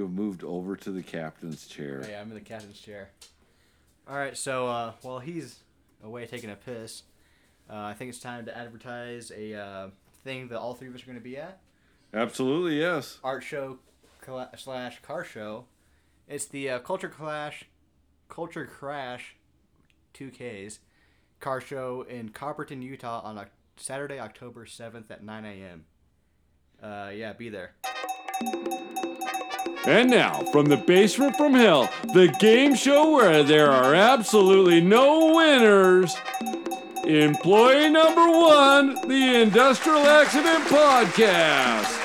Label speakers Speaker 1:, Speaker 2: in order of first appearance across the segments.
Speaker 1: moved over to the captain's chair.
Speaker 2: Hey, I'm in the captain's chair. All right, so uh, while he's away taking a piss, uh, I think it's time to advertise a uh, thing that all three of us are going to be at
Speaker 1: Absolutely, yes.
Speaker 2: art show colla- slash car show. It's the uh, Culture Clash, Culture Crash, two Ks, car show in Copperton, Utah on Oc- Saturday, October seventh at nine a.m. Uh, yeah, be there.
Speaker 1: And now, from the basement from hell, the game show where there are absolutely no winners. Employee number one, the Industrial Accident Podcast.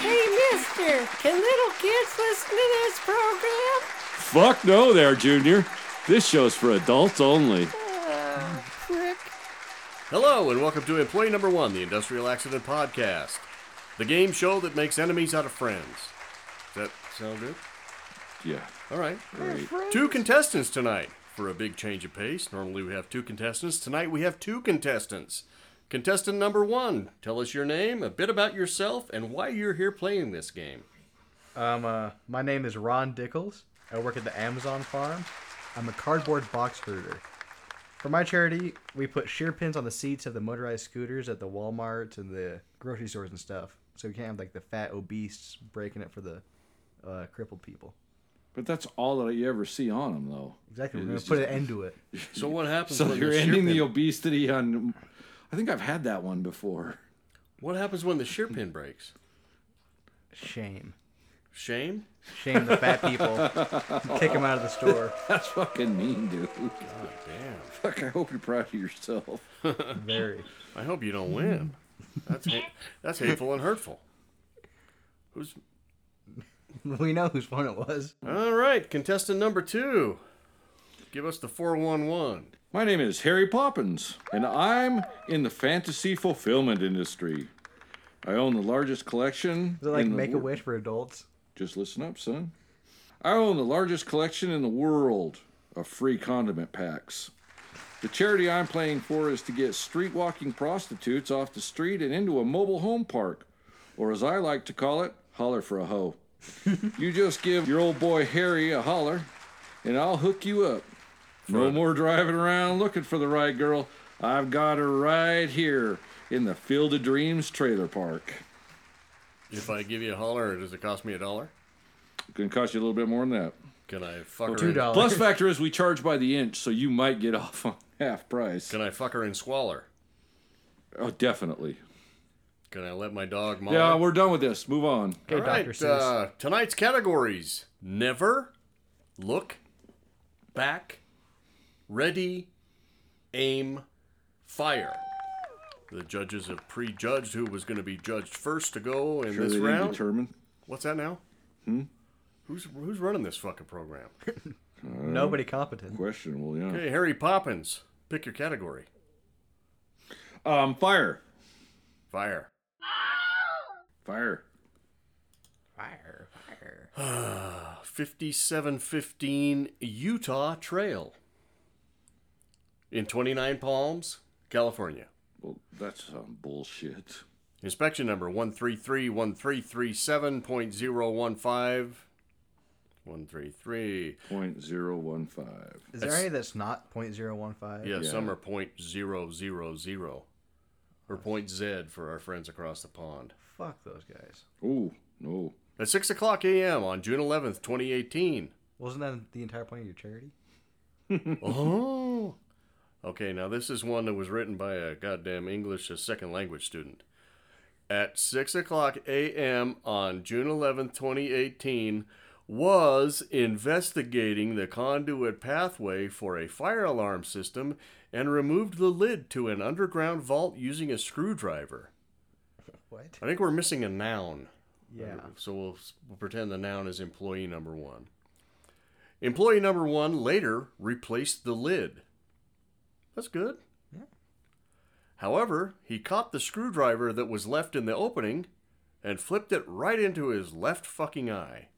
Speaker 3: Hey, mister, can little kids listen to this program?
Speaker 1: Fuck no, there, Junior. This show's for adults only.
Speaker 3: Oh, frick.
Speaker 4: Hello, and welcome to Employee Number One, the Industrial Accident Podcast, the game show that makes enemies out of friends. Does that sound good?
Speaker 1: Yeah,
Speaker 4: All right.
Speaker 1: great.
Speaker 4: Two contestants tonight for a big change of pace. Normally we have two contestants. Tonight we have two contestants. Contestant number one, tell us your name, a bit about yourself, and why you're here playing this game.
Speaker 2: Um, uh, my name is Ron Dickles. I work at the Amazon farm. I'm a cardboard box herder. For my charity, we put shear pins on the seats of the motorized scooters at the Walmarts and the grocery stores and stuff, so we can't have like the fat obese breaking it for the uh, crippled people.
Speaker 1: But that's all that you ever see on them, though.
Speaker 2: Exactly. We're gonna
Speaker 1: It's
Speaker 2: put
Speaker 1: just-
Speaker 2: an end to it.
Speaker 4: So what happens
Speaker 1: So
Speaker 4: when
Speaker 1: you're
Speaker 4: the shear
Speaker 1: ending
Speaker 4: pin,
Speaker 1: the obesity on. I think I've had that one before.
Speaker 4: What happens when the shear pin breaks?
Speaker 2: Shame.
Speaker 4: Shame?
Speaker 2: Shame the fat people. Kick them out of the store.
Speaker 1: That's fucking mean, dude.
Speaker 4: God damn.
Speaker 1: Fuck, I hope you're proud of yourself.
Speaker 2: Very.
Speaker 4: I hope you don't win. That's ha- that's hateful and hurtful. Who's
Speaker 2: We know whose phone it was.
Speaker 4: All right, contestant number two. Give us the 411.
Speaker 1: My name is Harry Poppins, and I'm in the fantasy fulfillment industry. I own the largest collection.
Speaker 2: Is it like
Speaker 1: in the
Speaker 2: Make a
Speaker 1: wor-
Speaker 2: Wish for adults?
Speaker 1: Just listen up, son. I own the largest collection in the world of free condiment packs. The charity I'm playing for is to get streetwalking prostitutes off the street and into a mobile home park, or as I like to call it, holler for a hoe. you just give your old boy Harry a holler, and I'll hook you up. No more driving around looking for the right girl. I've got her right here in the Field of Dreams trailer park.
Speaker 4: If I give you a holler, does it cost me a dollar?
Speaker 1: Gonna cost you a little bit more than that.
Speaker 4: Can I fuck her?
Speaker 2: Two
Speaker 4: in-
Speaker 2: dollars.
Speaker 1: Plus factor is we charge by the inch, so you might get off on half price.
Speaker 4: Can I fuck her and swallow? her?
Speaker 1: Oh, definitely.
Speaker 4: Can I let my dog maul?
Speaker 1: Yeah,
Speaker 4: her?
Speaker 1: we're done with this. Move on.
Speaker 2: Okay,
Speaker 4: All right,
Speaker 2: Dr. Seuss.
Speaker 4: uh, tonight's categories: never, look, back, ready, aim, fire. The judges have prejudged who was going to be judged first to go in
Speaker 1: Sure
Speaker 4: this
Speaker 1: they didn't
Speaker 4: round.
Speaker 1: determine.
Speaker 4: What's that now? Hmm. Who's who's running this fucking program?
Speaker 2: Nobody competent.
Speaker 1: Question. Well, yeah.
Speaker 4: Hey, Harry Poppins, pick your category.
Speaker 1: Um, fire.
Speaker 4: Fire.
Speaker 1: Fire.
Speaker 2: Fire, fire.
Speaker 4: 5715 Utah Trail in 29 Palms, California.
Speaker 1: Well, that's some bullshit.
Speaker 4: Inspection number 1331337.015. 133.
Speaker 1: Point zero one five.
Speaker 2: Is there
Speaker 4: That's-
Speaker 2: any that's not .015?
Speaker 4: Yeah,
Speaker 1: Yeah.
Speaker 4: some are point zero zero zero, or point Z for our friends across the pond.
Speaker 2: Fuck those guys.
Speaker 1: Oh no.
Speaker 4: At 6 o'clock a.m. on June 11th, 2018.
Speaker 2: Wasn't that the entire point of your charity?
Speaker 4: Oh. Okay, now this is one that was written by a goddamn English as second language student. At 6 o'clock a.m. on June 11th, 2018, was investigating the conduit pathway for a fire alarm system and removed the lid to an underground vault using a screwdriver.
Speaker 2: What?
Speaker 4: I think we're missing a noun.
Speaker 2: Yeah.
Speaker 4: So we'll, we'll pretend the noun is employee number one. Employee number one later replaced the lid. That's good.
Speaker 2: Yeah.
Speaker 4: However, he caught the screwdriver that was left in the opening and flipped it right into his left fucking eye.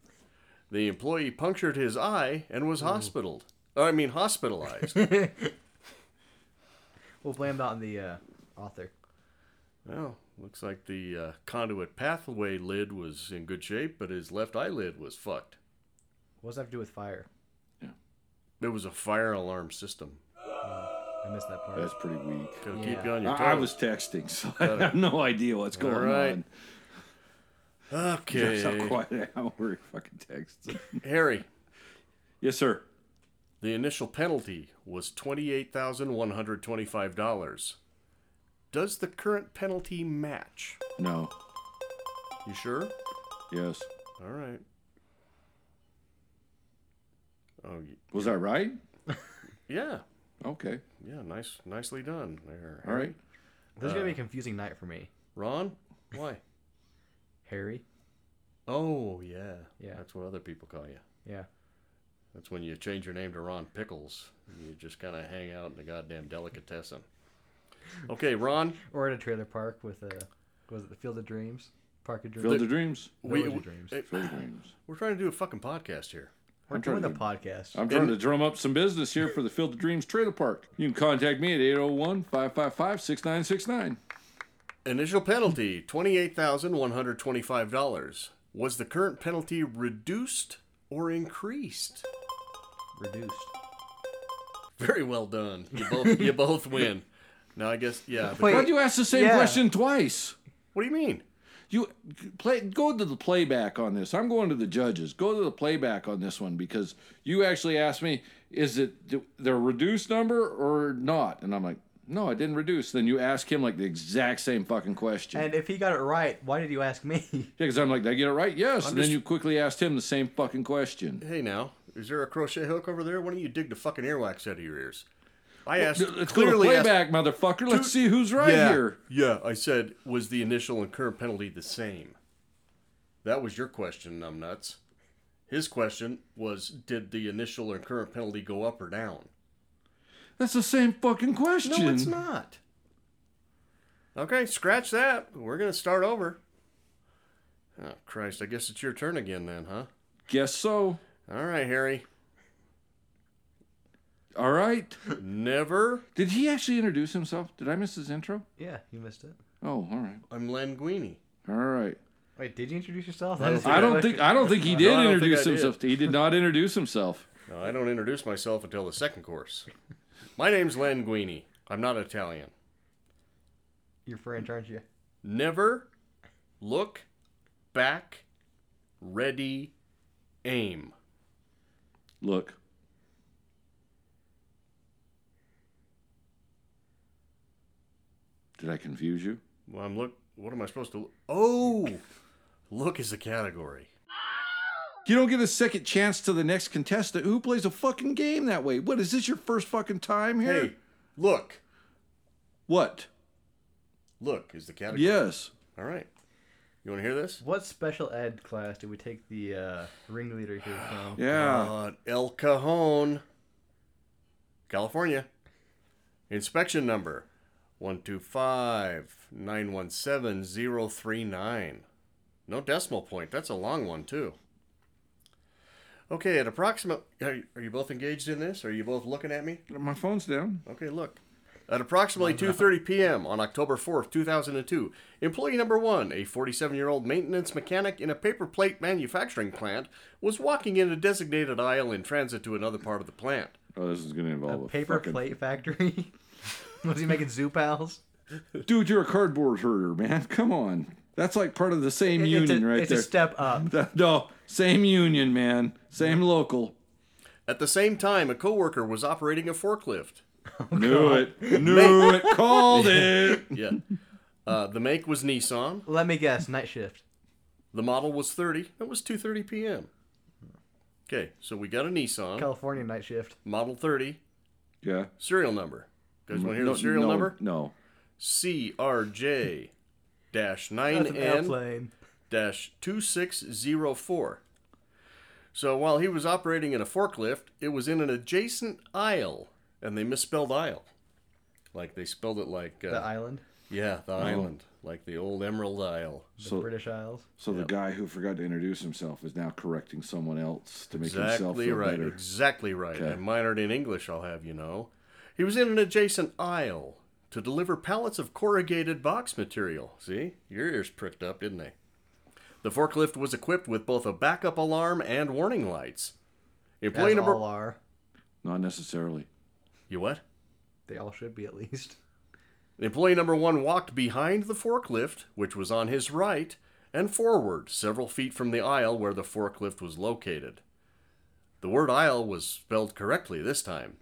Speaker 4: The employee punctured his eye and was hospitaled. Uh, I mean, hospitalized.
Speaker 2: We'll blame that on the uh, author.
Speaker 4: well, Looks like the uh, conduit pathway lid was in good shape, but his left eyelid was fucked.
Speaker 2: What does that have to do with fire?
Speaker 4: There was a fire alarm system.
Speaker 2: I missed that part.
Speaker 1: That's pretty weak.
Speaker 4: Gotta
Speaker 2: Yeah.
Speaker 4: keep you on
Speaker 1: I,
Speaker 4: your toes.
Speaker 1: I was texting, so I have no idea what's going
Speaker 4: right.
Speaker 1: on. That's how
Speaker 4: okay.
Speaker 1: quiet I am over fucking texting.
Speaker 4: Harry,
Speaker 1: yes, sir.
Speaker 4: the initial penalty was twenty-eight thousand one hundred twenty-five dollars. Does the current penalty match?
Speaker 1: No.
Speaker 4: You sure?
Speaker 1: Yes.
Speaker 4: All right. Oh y-
Speaker 1: Was I right?
Speaker 4: yeah,
Speaker 1: Okay.
Speaker 4: yeah. Nice, nicely done there.
Speaker 1: All right.
Speaker 2: This is gonna
Speaker 1: Uh.
Speaker 2: be a confusing night for me.
Speaker 4: Ron. Why?
Speaker 2: Harry.
Speaker 4: Oh yeah,
Speaker 2: Yeah.
Speaker 4: That's what other people call you.
Speaker 2: Yeah.
Speaker 4: That's when you change your name to Ron Pickles. You just kind of hang out in the goddamn delicatessen. Okay, Ron.
Speaker 2: Or at a trailer park with a was it the Field of Dreams? Park of Dreams.
Speaker 1: Field of Dreams.
Speaker 4: We,
Speaker 2: Village of Dreams.
Speaker 4: eh,
Speaker 1: Field of Dreams.
Speaker 4: we're trying to do a fucking podcast here.
Speaker 2: We're
Speaker 1: trying
Speaker 2: doing the
Speaker 1: to-
Speaker 2: podcast.
Speaker 1: I'm trying to drum up some business here for the Field of Dreams Trailer Park. You can contact me at 801 555 6969.
Speaker 4: Initial penalty twenty-eight thousand one hundred twenty-five dollars. Was the current penalty reduced or increased?
Speaker 2: Reduced.
Speaker 4: Very well done. You both you both win. Now I guess yeah. the-
Speaker 2: Wait.
Speaker 1: Why'd you ask the same
Speaker 2: Yeah.
Speaker 1: question twice?
Speaker 4: what do you mean?
Speaker 1: You play go to the playback on this. I'm going to the judges. Go to the playback on this one because you actually asked me, is it the- the reduced number or not? And I'm like, no, I didn't reduce. Then you ask him like the exact same fucking question.
Speaker 2: And if he got it right, why did you ask me?
Speaker 1: yeah, because I'm like, did I get it right? Yes. and
Speaker 4: just-
Speaker 1: then you quickly asked him the same fucking question.
Speaker 4: Hey now, is there a crochet hook over there? Why don't you dig the fucking earwax out of your ears? I asked
Speaker 1: Let's go to
Speaker 4: clearly asked-
Speaker 1: playback, motherfucker. Let's see who's right
Speaker 4: yeah,
Speaker 1: here.
Speaker 4: Yeah, I said, was the initial and current penalty the same? That was your question, numbnuts. His question was, did the initial and current penalty go up or down?
Speaker 1: That's the same fucking question.
Speaker 4: No,
Speaker 2: Hmm.
Speaker 4: it's not. Okay, scratch that. We're gonna start over. Oh Christ! I guess it's your turn again, then, huh?
Speaker 1: Guess so.
Speaker 4: All right, Harry.
Speaker 1: All right.
Speaker 4: Never.
Speaker 1: Did he actually introduce himself? Did I miss his intro?
Speaker 2: yeah, you missed it.
Speaker 1: Oh, all right.
Speaker 4: I'm Languini.
Speaker 1: All right.
Speaker 2: Wait, did you introduce yourself?
Speaker 1: I don't think I don't think he did
Speaker 4: I don't think I
Speaker 1: introduce
Speaker 4: did.
Speaker 1: himself. He did not introduce himself.
Speaker 4: No, I don't introduce myself until the second course. My name's Languini. I'm not Italian.
Speaker 2: You're French, aren't you?
Speaker 4: Never look back, ready, aim.
Speaker 1: Look, did I confuse you?
Speaker 4: Well, I'm look. What am I supposed to? Look? Oh, look is a category.
Speaker 1: You don't get a second chance to the next contestant. Who plays a fucking game that way? What is this your first fucking time here?
Speaker 4: Hey, look,
Speaker 1: What?
Speaker 4: look is the category.
Speaker 1: Yes.
Speaker 4: All right. You want to hear this?
Speaker 2: What special ed class did we take the uh, ringleader here from?
Speaker 1: Yeah.
Speaker 4: God, El Cajon, California. Inspection number one two five nine one seven zero three nine. No decimal point. That's a long one, too. Okay, at approximate. Are you, are you both engaged in this? Are you both looking at me?
Speaker 1: My phone's down.
Speaker 4: Okay, look. At approximately 2:30 p.m. on October 4th, 2002, employee number 1, a 47-year-old maintenance mechanic in a paper plate manufacturing plant, was walking in a designated aisle in transit to another part of the plant.
Speaker 1: Oh, this is gonna
Speaker 2: A
Speaker 1: involve a,
Speaker 2: paper
Speaker 1: fucking-
Speaker 2: plate factory? was he making zoo pals?
Speaker 1: Dude, you're a cardboard herder, man. Come on. That's like part of the same
Speaker 2: It-
Speaker 1: union
Speaker 2: it's a,
Speaker 1: right
Speaker 2: it's
Speaker 1: there.
Speaker 2: a step up.
Speaker 1: no, same union, man. Same local.
Speaker 4: At the same time, a coworker was operating a forklift.
Speaker 2: Oh,
Speaker 1: Knew it. Knew it. Called it.
Speaker 4: Yeah. Uh, the make was Nissan.
Speaker 2: Let me guess, night shift.
Speaker 4: The model was 30. It was 2:30 p.m. Okay, so we got a Nissan
Speaker 2: California night shift.
Speaker 4: Model 30
Speaker 1: Yeah.
Speaker 4: serial number. You guys want to hear the serial
Speaker 1: no,
Speaker 4: number?
Speaker 1: No.
Speaker 4: CRJ dash
Speaker 2: That's an
Speaker 4: 9N
Speaker 2: airplane.
Speaker 4: dash 2604. So while he was operating in a forklift, it was in an adjacent aisle, and they misspelled aisle. Like they spelled it like, uh,
Speaker 2: The island.
Speaker 4: yeah, the island, like the old Emerald Isle.
Speaker 2: The
Speaker 1: So-
Speaker 2: British Isles.
Speaker 1: So the guy who forgot to introduce himself is now correcting someone else to make himself
Speaker 4: Exactly
Speaker 1: feel
Speaker 4: right.
Speaker 1: better.
Speaker 4: Exactly right.
Speaker 1: Okay.
Speaker 4: I minored in English, I'll have you know. He was in an adjacent aisle to deliver pallets of corrugated box material. See, your ears pricked up, didn't they? The forklift was equipped with both a backup alarm and warning lights. Employee
Speaker 2: As
Speaker 4: number
Speaker 2: all are.
Speaker 1: Not necessarily.
Speaker 4: you what?
Speaker 2: They all should be at least.
Speaker 4: Employee number one walked behind the forklift, which was on his right, and forward several feet from the aisle where the forklift was located. The word aisle was spelled correctly this time.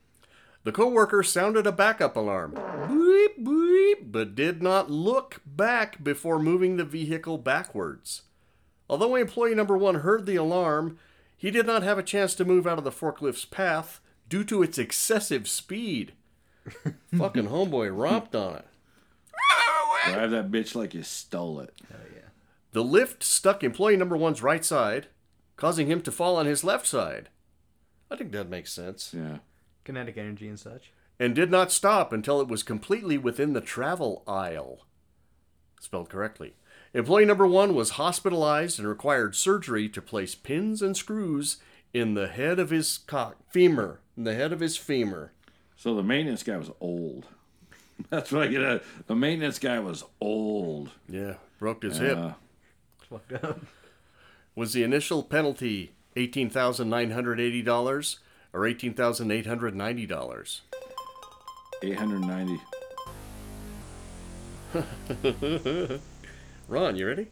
Speaker 4: The coworker sounded a backup alarm, bleep, bleep, but did not look back before moving the vehicle backwards. Although employee number one heard the alarm, he did not have a chance to move out of the forklift's path due to its excessive speed. Fucking homeboy romped on it.
Speaker 1: Drive that bitch like you stole it.
Speaker 2: Oh yeah.
Speaker 4: The lift stuck employee number one's right side, causing him to fall on his left side. I think that makes sense.
Speaker 1: Yeah.
Speaker 2: Kinetic energy and such.
Speaker 4: And did not stop until it was completely within the travel aisle. Spelled correctly. Employee number one was hospitalized and required surgery to place pins and screws in the head of his cock femur. In the head of his femur.
Speaker 1: So the maintenance guy was old. That's what I get. At. The maintenance guy was old. Uh,
Speaker 4: Yeah, broke his hip.
Speaker 1: Yeah.
Speaker 2: Fucked up.
Speaker 4: Was the initial penalty $18,980 or $18,890?
Speaker 1: Eight hundred ninety.
Speaker 4: Ron, you ready?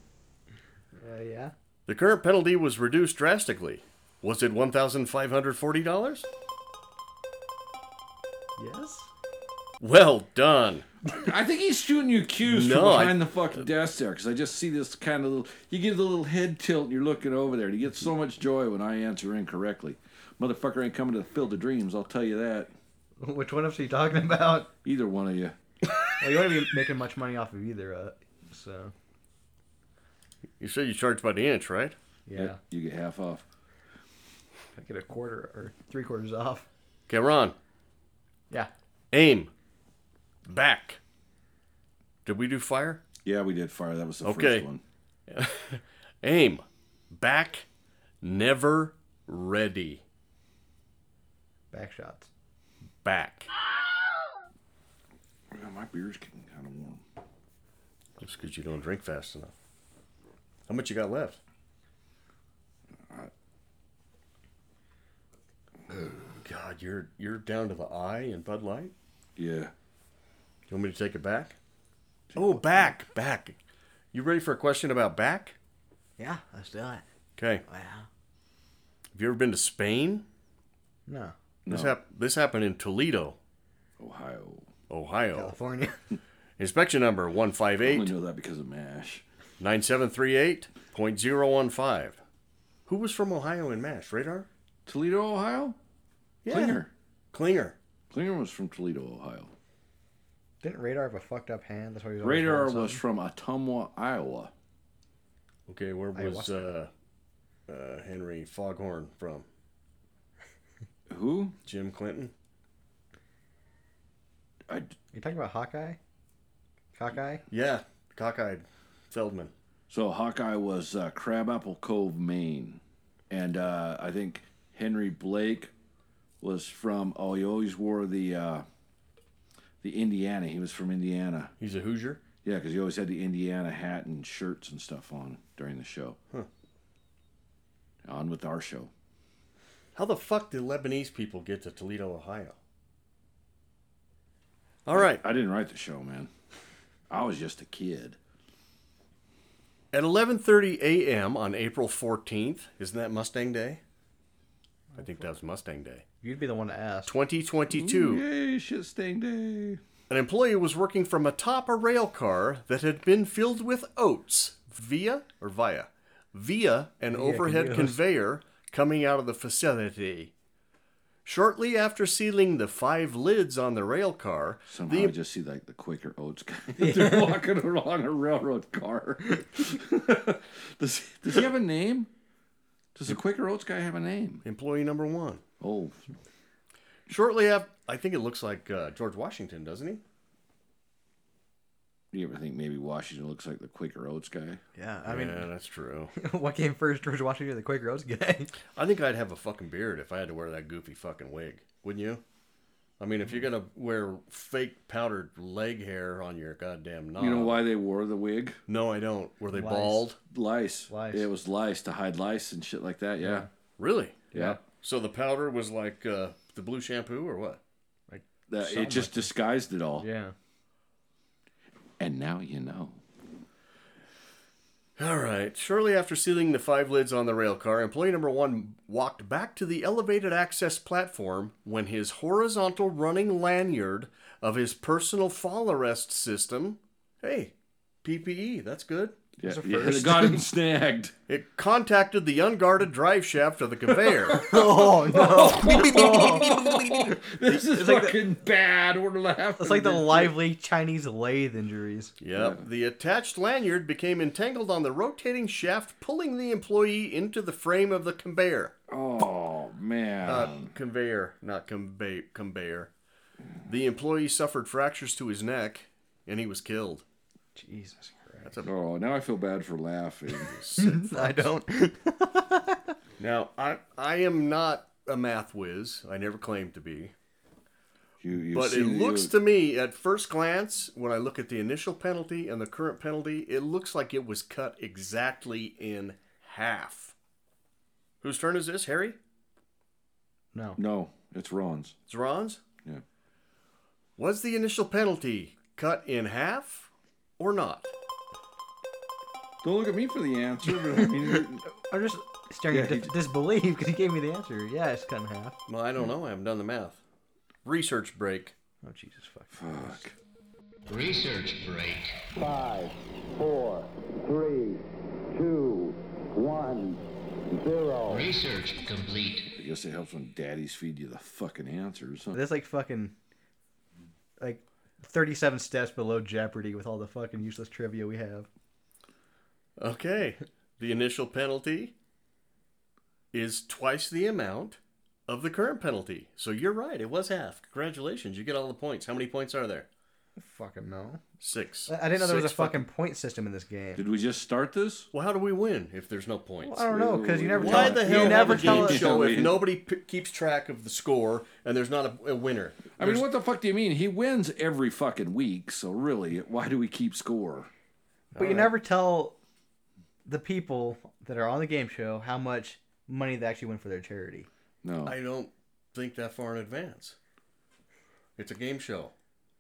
Speaker 2: Uh, yeah.
Speaker 4: The current penalty was reduced drastically. Was it $1,540?
Speaker 2: Yes.
Speaker 4: Well done.
Speaker 1: I think he's shooting you cues from
Speaker 4: No, I-
Speaker 1: behind the fucking desk there because I just see this kind of little. You give the little head tilt and you're looking over there. And you get so much joy when I answer incorrectly. Motherfucker ain't coming to the field of dreams. I'll tell you that.
Speaker 2: Which one of us are you talking about?
Speaker 1: Either one of you.
Speaker 2: Well, you wouldn't be making much money off of either. Uh, so
Speaker 4: You said you charge by the inch, right?
Speaker 2: yeah,
Speaker 1: You get half off.
Speaker 2: I get a quarter or three quarters off.
Speaker 4: Okay, Ron,
Speaker 2: Yeah.
Speaker 4: aim. Back. Did we do fire?
Speaker 1: Yeah, we did fire. That was the
Speaker 4: Okay.
Speaker 1: first one.
Speaker 4: Aim. Back. Never ready.
Speaker 2: Back shots.
Speaker 4: Back.
Speaker 1: Yeah, my beer's getting kind of warm.
Speaker 4: That's because you don't drink fast enough. How much you got left? Oh, God, you're you're down to the eye in Bud Light.
Speaker 1: Yeah.
Speaker 4: You want me to take it back? Oh, back, back. You ready for a question about back?
Speaker 2: Yeah, let's do it.
Speaker 4: Okay.
Speaker 2: Wow.
Speaker 4: Have you ever been to Spain?
Speaker 2: No.
Speaker 4: This, hap- this happened in Toledo,
Speaker 1: Ohio.
Speaker 4: Ohio.
Speaker 2: California.
Speaker 4: Inspection number
Speaker 1: I only
Speaker 4: 158
Speaker 1: know that because of MASH.
Speaker 4: 9738.015. Who was from Ohio in MASH? Radar?
Speaker 1: Toledo, Ohio? Klinger.
Speaker 4: Klinger.
Speaker 1: Klinger was from Toledo, Ohio.
Speaker 2: Didn't Radar have a fucked up hand? That's why he was always
Speaker 1: Radar
Speaker 2: holding
Speaker 1: was from
Speaker 2: something.
Speaker 1: Ottumwa, Iowa.
Speaker 4: Okay, where was uh,
Speaker 2: Ayahuasca.
Speaker 4: uh, Henry Foghorn from?
Speaker 1: Who?
Speaker 4: Jim Clinton?
Speaker 1: I,
Speaker 2: You talking about Hawkeye? Cockeye?
Speaker 4: Yeah, cockeyed Feldman.
Speaker 1: so Hawkeye was uh, Crabapple Cove, Maine. And uh, I think Henry Blake was from, oh, he always wore the uh, the Indiana. He was from Indiana.
Speaker 4: He's a Hoosier?
Speaker 1: Yeah, because he always had the Indiana hat and shirts and stuff on during the show.
Speaker 4: Huh.
Speaker 1: On with our show.
Speaker 4: How the fuck did Lebanese people get to Toledo, Ohio? All right.
Speaker 1: I didn't write the show, man. I was just a kid.
Speaker 4: At 11:30 a.m. on April 14th, isn't that Mustang Day? I think that was Mustang Day.
Speaker 2: You'd be the one to ask.
Speaker 4: 2022.
Speaker 1: Yay, shit stain day.
Speaker 4: An employee was working from atop a rail car that had been filled with oats via or via via an overhead
Speaker 2: confused.
Speaker 4: conveyor coming out of the facility. Shortly after sealing the five lids on the rail car,
Speaker 1: Somehow
Speaker 4: the
Speaker 1: I just see like the Quaker Oats guy. They're walking along a railroad car. does, does he have a name? Does the Quaker Oats guy have a name?
Speaker 4: employee number one.
Speaker 1: Oh,
Speaker 4: Shortly after, I think it looks like uh, George Washington, doesn't he?
Speaker 1: do you ever think maybe Washington looks like the Quaker Oats guy?
Speaker 2: Yeah, I mean,
Speaker 4: yeah, that's true.
Speaker 2: what came first, George Washington or the Quaker Oats guy?
Speaker 4: I think I'd have a fucking beard if I had to wear that goofy fucking wig, wouldn't you? I mean, if you're gonna wear fake powdered leg hair on your goddamn knob,
Speaker 1: You know why they wore the wig?
Speaker 4: No, I don't. Were they
Speaker 2: Lice.
Speaker 4: bald?
Speaker 1: Lice.
Speaker 2: Lice.
Speaker 1: It was lice to hide lice and shit like that. Yeah.
Speaker 4: Really?
Speaker 1: Yeah.
Speaker 4: So the powder was like uh, the blue shampoo, or what?
Speaker 1: That,
Speaker 2: Something
Speaker 1: it just
Speaker 2: like
Speaker 1: disguised it all.
Speaker 2: Yeah.
Speaker 1: And now you know.
Speaker 4: All right. Shortly after sealing the five lids on the rail car, employee number one walked back to the elevated access platform when his horizontal running lanyard of his personal fall arrest system, hey, PPE, that's good.
Speaker 1: Yeah,
Speaker 2: That's a
Speaker 1: yeah,
Speaker 2: first.
Speaker 1: got him snagged.
Speaker 4: It contacted the unguarded drive shaft of the conveyor.
Speaker 2: Oh no!
Speaker 1: This is fucking bad. What laughing?
Speaker 2: it's like the lively Chinese lathe injuries.
Speaker 4: Yep. The attached lanyard became entangled on the rotating shaft, pulling the employee into the frame of the conveyor.
Speaker 1: Oh man.
Speaker 4: Uh, conveyor, not convey, conveyor. The employee suffered fractures to his neck, and he was killed.
Speaker 2: Jesus Christ!
Speaker 1: oh, now I feel bad for laughing.
Speaker 2: I don't.
Speaker 4: Now, I I am not a math whiz. I never claimed to be.
Speaker 1: You, you
Speaker 4: But
Speaker 1: see
Speaker 4: it looks
Speaker 1: you-
Speaker 4: to me, at first glance, when I look at the initial penalty and the current penalty, it looks like it was cut exactly in half. Whose turn is this, Harry?
Speaker 2: No.
Speaker 1: No, it's Ron's.
Speaker 4: It's Ron's?
Speaker 1: Yeah.
Speaker 4: Was the initial penalty cut in half or not?
Speaker 1: Don't look at me for the answer. But I mean,
Speaker 2: I'm just staring
Speaker 1: Yeah,
Speaker 2: at
Speaker 1: he
Speaker 2: dis- disbelief because he gave me the answer. Yeah, it's cut in half.
Speaker 4: Well, I don't know. I haven't done the math. Research break.
Speaker 2: Oh Jesus fuck!
Speaker 1: fuck.
Speaker 5: Research break.
Speaker 6: Five, four, three, two, one, zero.
Speaker 5: Research complete.
Speaker 1: I guess it helps when daddies feed you the fucking answers. huh?
Speaker 2: That's like fucking, like, thirty-seven steps below Jeopardy with all the fucking useless trivia we have.
Speaker 4: Okay. The initial penalty is twice the amount of the current penalty. So you're right. It was half. Congratulations. You get all the points. How many points are there?
Speaker 2: Fucking no.
Speaker 4: Six.
Speaker 2: I I didn't know there was a
Speaker 4: Six
Speaker 2: fucking point system in this game.
Speaker 1: Did we just start this?
Speaker 4: Well, how do we win if there's no points?
Speaker 2: Well, I don't know because you never.
Speaker 1: Why
Speaker 4: Why
Speaker 2: tell,
Speaker 4: the
Speaker 2: you
Speaker 4: hell
Speaker 2: never
Speaker 4: have a game
Speaker 2: tell us.
Speaker 4: show
Speaker 1: Yeah,
Speaker 4: if
Speaker 1: we-
Speaker 4: nobody p- keeps track of the score and there's not a, a winner?
Speaker 1: I mean, what the fuck do you mean? He wins every fucking week, so really, why do we keep score?
Speaker 2: But you never tell the people that are on the game show how much money they actually win for their charity.
Speaker 1: No.
Speaker 4: I don't think that far in advance. It's a game show.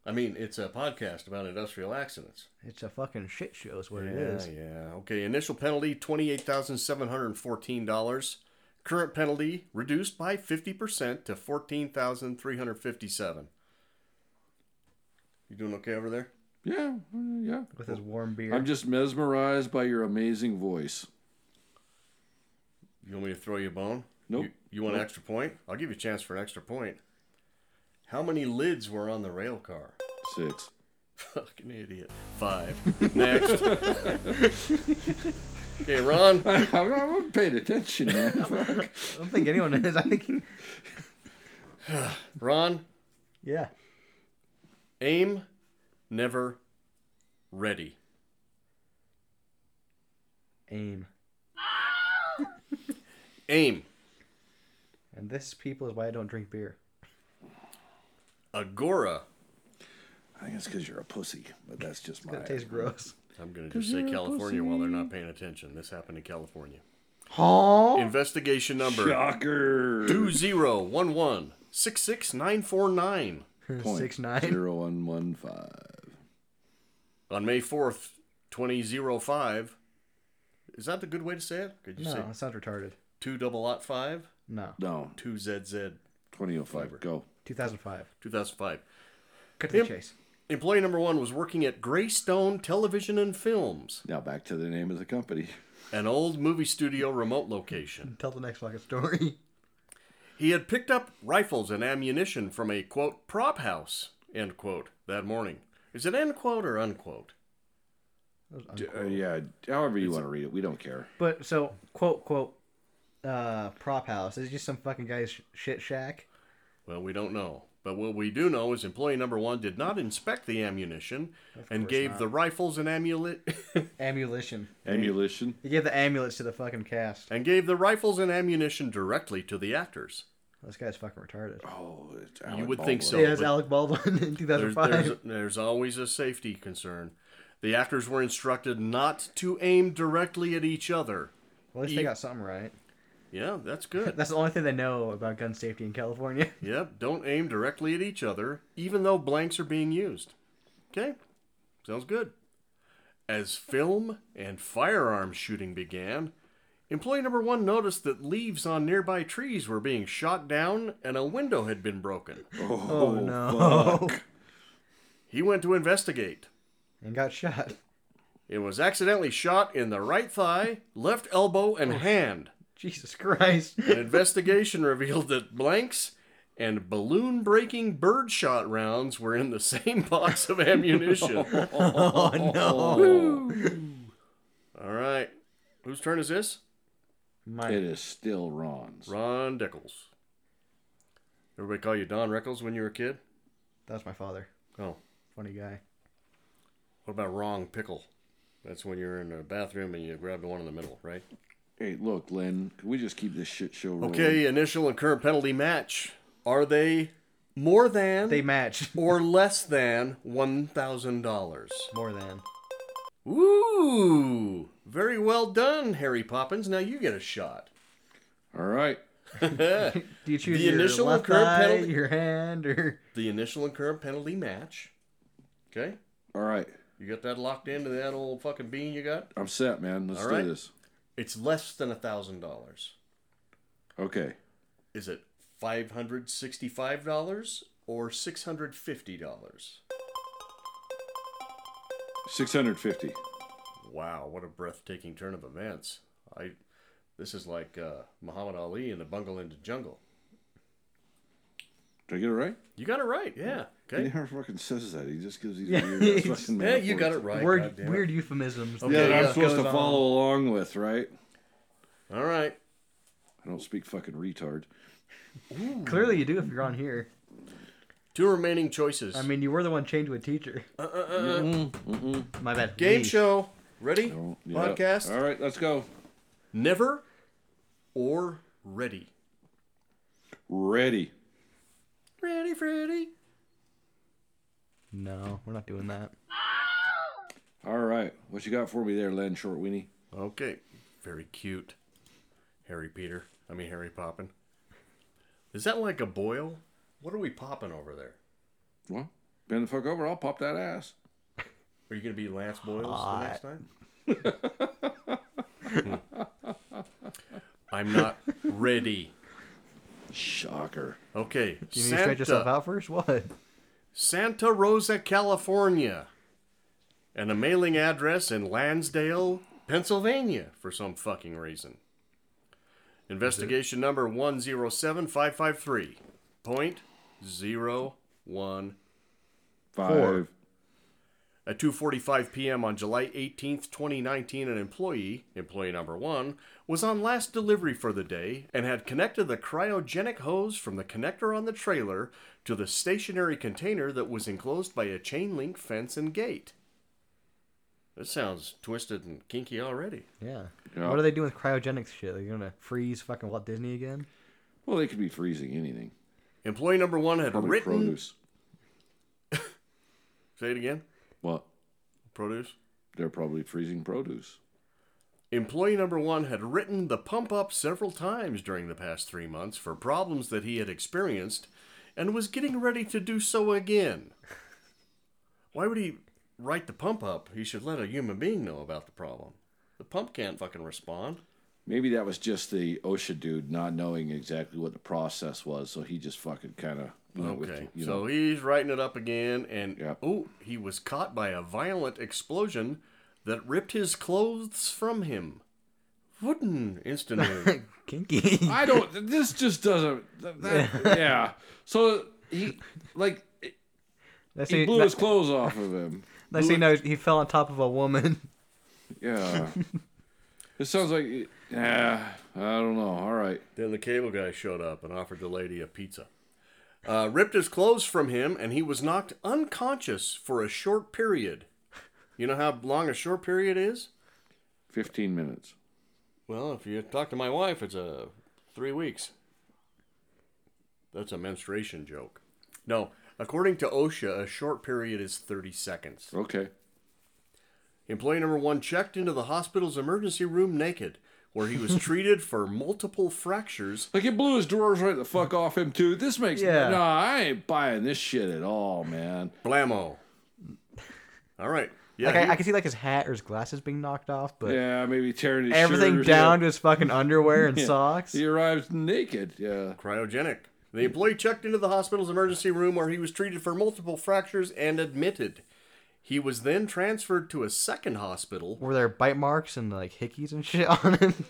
Speaker 4: I mean, it's a podcast about industrial accidents.
Speaker 2: It's a fucking shit show, is what it is.
Speaker 4: yeah. Okay, initial penalty $28,714. Current penalty reduced by 50% to 14357 You doing okay over there?
Speaker 1: yeah, mm, yeah.
Speaker 2: With his warm beer.
Speaker 1: I'm just mesmerized by your amazing voice.
Speaker 4: You want me to throw you a bone?
Speaker 1: Nope.
Speaker 4: You, you want an extra point? I'll give you a chance for an extra point. How many lids were on the rail car?
Speaker 1: Six.
Speaker 4: Fucking idiot. Five. Next. okay, Ron.
Speaker 1: I wasn't paying attention, man. Fuck.
Speaker 2: I don't think anyone is. I think. he-
Speaker 4: Ron,
Speaker 2: Yeah.
Speaker 4: aim, never, ready.
Speaker 2: Aim.
Speaker 4: Aim.
Speaker 2: And this people is why I don't drink beer.
Speaker 4: Agora.
Speaker 1: I think it's because you're a pussy, but that's just my.
Speaker 2: That tastes gross.
Speaker 4: I'm going to just say California while they're not paying attention. This happened in California.
Speaker 2: Oh.
Speaker 4: Investigation number
Speaker 1: Shocker.
Speaker 4: 2011 66949.
Speaker 1: Point
Speaker 2: Six nine.
Speaker 1: zero one one five.
Speaker 4: On May 4th, 2005. Is that the good way to say it? Could you
Speaker 2: No,
Speaker 4: say
Speaker 2: it sounds retarded.
Speaker 4: 2 double lot 5?
Speaker 2: No.
Speaker 1: No,
Speaker 4: 2ZZ.
Speaker 1: twenty oh five. Go.
Speaker 2: 2005.
Speaker 4: 2005.
Speaker 2: Cut to the
Speaker 4: Yep.
Speaker 2: chase.
Speaker 4: Employee number one was working at Greystone Television and Films,
Speaker 1: Now back to the name of the company.
Speaker 4: an old movie studio remote location.
Speaker 2: Tell the next fucking story.
Speaker 4: He had picked up rifles and ammunition from a quote prop house end quote that morning. Is it end quote or unquote?
Speaker 1: Uh, yeah, however you want to read it, we don't care.
Speaker 2: But so quote quote uh prop house is it just some fucking guy's sh- shit shack.
Speaker 4: Well, we don't know. But what we do know is employee number one did not inspect the ammunition and gave the rifles and amulet
Speaker 2: Ammunition.
Speaker 1: Ammunition.
Speaker 2: He gave the amulets to the fucking cast.
Speaker 4: and gave the rifles and ammunition directly to the actors.
Speaker 2: This guy's fucking retarded.
Speaker 1: Oh, it's
Speaker 4: You would think so.
Speaker 2: Yeah, it's
Speaker 4: but
Speaker 2: Alec Baldwin in
Speaker 4: There's,
Speaker 2: 2005.
Speaker 4: there's, there's always a safety concern. The actors were instructed not to aim directly at each other.
Speaker 2: At least they
Speaker 4: you-
Speaker 2: got something right.
Speaker 4: Yeah, that's good.
Speaker 2: That's the only thing they know about gun safety in California.
Speaker 4: yep, don't aim directly at each other, even though blanks are being used. Okay, sounds good. As film and firearm shooting began, employee number one noticed that leaves on nearby trees were being shot down and a window had been broken.
Speaker 1: Oh,
Speaker 2: no.
Speaker 1: fuck.
Speaker 4: He went to investigate.
Speaker 2: And got shot.
Speaker 4: It was accidentally shot in the right thigh, left elbow, and hand.
Speaker 2: Jesus Christ.
Speaker 4: An investigation revealed that blanks and balloon breaking birdshot rounds were in the same box of ammunition.
Speaker 2: Oh, no.
Speaker 4: All right. Whose turn is this?
Speaker 2: My,
Speaker 1: It is still Ron's.
Speaker 4: Ron Deckles. Everybody call you Don Reckles when you were a kid?
Speaker 2: That's my father.
Speaker 4: Oh.
Speaker 2: Funny guy.
Speaker 4: What about Wrong Pickle? That's when you're in the bathroom and you grabbed one in the middle, right?
Speaker 1: Hey, look, Len, can we just keep this shit show rolling?
Speaker 4: Okay, initial and current penalty match. Are they more than
Speaker 2: They match.
Speaker 4: or less than $1,000?
Speaker 2: More than.
Speaker 4: Ooh, very well done, Harry Poppins. Now you get a shot.
Speaker 1: All right.
Speaker 4: the
Speaker 2: Do you choose
Speaker 4: The
Speaker 2: your
Speaker 4: initial
Speaker 2: left
Speaker 4: current
Speaker 2: thigh,
Speaker 4: penalty-
Speaker 2: your hand, or
Speaker 4: initial and current penalty match. Okay,
Speaker 1: All right.
Speaker 4: you got that locked into that old fucking bean you got.
Speaker 1: I'm set, man. Let's
Speaker 4: All
Speaker 1: do
Speaker 4: right.
Speaker 1: this.
Speaker 4: It's less than a thousand dollars.
Speaker 1: Okay.
Speaker 4: Is it five hundred sixty-five dollars or six hundred fifty dollars?
Speaker 1: 650.
Speaker 4: Wow, what a breathtaking turn of events! I, this is like uh, Muhammad Ali in the Bungle in the Jungle.
Speaker 1: Did I get it right?
Speaker 4: You got it right. Yeah.
Speaker 1: He
Speaker 4: Okay.
Speaker 1: never fucking says that. He just gives these
Speaker 2: Yeah,
Speaker 1: weird ass
Speaker 2: he's-
Speaker 1: fucking
Speaker 4: Yeah, you got it
Speaker 1: metaphors.
Speaker 4: right.
Speaker 2: weird,
Speaker 4: goddammit.
Speaker 2: weird euphemisms?
Speaker 4: Okay,
Speaker 1: Yeah, that
Speaker 4: yeah.
Speaker 1: I'm supposed
Speaker 2: Goes
Speaker 1: to
Speaker 2: on.
Speaker 1: follow along with, right?
Speaker 4: All right.
Speaker 1: I don't speak fucking retard.
Speaker 2: Clearly, you do if you're on here.
Speaker 4: Two remaining choices.
Speaker 2: I mean, you were the one chained to a teacher.
Speaker 4: Uh,
Speaker 2: My bad.
Speaker 4: game
Speaker 2: Leash.
Speaker 4: show. Ready?
Speaker 1: Oh, yeah.
Speaker 4: Podcast.
Speaker 1: All right, let's go.
Speaker 4: Never or ready.
Speaker 1: Ready.
Speaker 4: Ready, Freddy.
Speaker 2: No, we're not doing that.
Speaker 1: All right. What you got for me there, Len Short Weenie?
Speaker 4: Okay. Very cute. Harry Peter. I mean Harry Poppin. Is that like a boil? What are we popping over there?
Speaker 1: What? Bend the fuck over. I'll pop that ass.
Speaker 4: Are you gonna be Lance Boyles the next time? Hmm. I'm not ready.
Speaker 1: Shocker.
Speaker 4: Okay.
Speaker 2: You need to stretch yourself
Speaker 4: Santa.
Speaker 2: out first. What?
Speaker 4: Santa Rosa, California, and a mailing address in Lansdale, Pennsylvania, for some fucking reason. Investigation number 107553. Point zero one.
Speaker 1: Five.
Speaker 4: At 2:45 p.m. on July 18th, 2019, an employee, employee number 1, was on last delivery for the day and had connected the cryogenic hose from the connector on the trailer to the stationary container that was enclosed by a chain link fence and gate. This sounds twisted and kinky already.
Speaker 2: Yeah.
Speaker 1: Yeah.
Speaker 2: What are they doing with cryogenic shit? They're gonna freeze fucking Walt Disney again?
Speaker 1: Well, they could be freezing anything.
Speaker 4: Employee number 1 had
Speaker 1: Probably
Speaker 4: written
Speaker 1: produce.
Speaker 4: Say it again.
Speaker 1: What?
Speaker 4: Produce.
Speaker 1: They're probably freezing produce.
Speaker 4: Employee number one had written the pump up several times during the past three months for problems that he had experienced and was getting ready to do so again. Why would he write the pump up? He should let a human being know about the problem. The pump can't fucking respond.
Speaker 1: Maybe that was just the OSHA dude not knowing exactly what the process was, so he just fucking kind of went with
Speaker 4: Okay,
Speaker 1: you
Speaker 4: so
Speaker 1: know.
Speaker 4: he's writing it up again, and
Speaker 1: Yeah.
Speaker 4: oh, he was caught by a violent explosion that ripped his clothes from him. Wooden instantly.
Speaker 2: Kinky.
Speaker 1: I don't. This just doesn't. That, that- yeah. So he like
Speaker 2: That's
Speaker 1: he
Speaker 2: he,
Speaker 1: blew
Speaker 2: that,
Speaker 1: his clothes off of him.
Speaker 2: that's how you know he fell on top of a woman.
Speaker 1: Yeah. It sounds like. Yeah. I don't know. All right.
Speaker 4: Then the cable guy showed up and offered the lady a pizza. Uh, ripped his clothes from him, and he was knocked unconscious for a short period. You know how long a short period is?
Speaker 1: Fifteen minutes.
Speaker 4: Well, if you talk to my wife, it's uh, three weeks. That's a menstruation joke. No, according to OSHA, a short period is 30 seconds.
Speaker 1: Okay.
Speaker 4: Employee number one checked into the hospital's emergency room naked, where he was treated for multiple fractures.
Speaker 1: Like it blew his drawers right the fuck off him too. This makes
Speaker 2: Yeah.
Speaker 1: no, I ain't buying this shit at all, man.
Speaker 4: Blammo. All right. Yeah.
Speaker 2: Like I,
Speaker 4: he-
Speaker 2: I can see like his hat or his glasses being knocked off, but
Speaker 1: Yeah, maybe tearing his
Speaker 2: everything
Speaker 1: shirt or
Speaker 2: down to
Speaker 1: something.
Speaker 2: his fucking underwear and socks.
Speaker 1: He arrives naked. Yeah.
Speaker 4: cryogenic. The employee checked into the hospital's emergency room where he was treated for multiple fractures and admitted. He was then transferred to a second hospital.
Speaker 2: Were there bite marks and like hickeys and shit on him?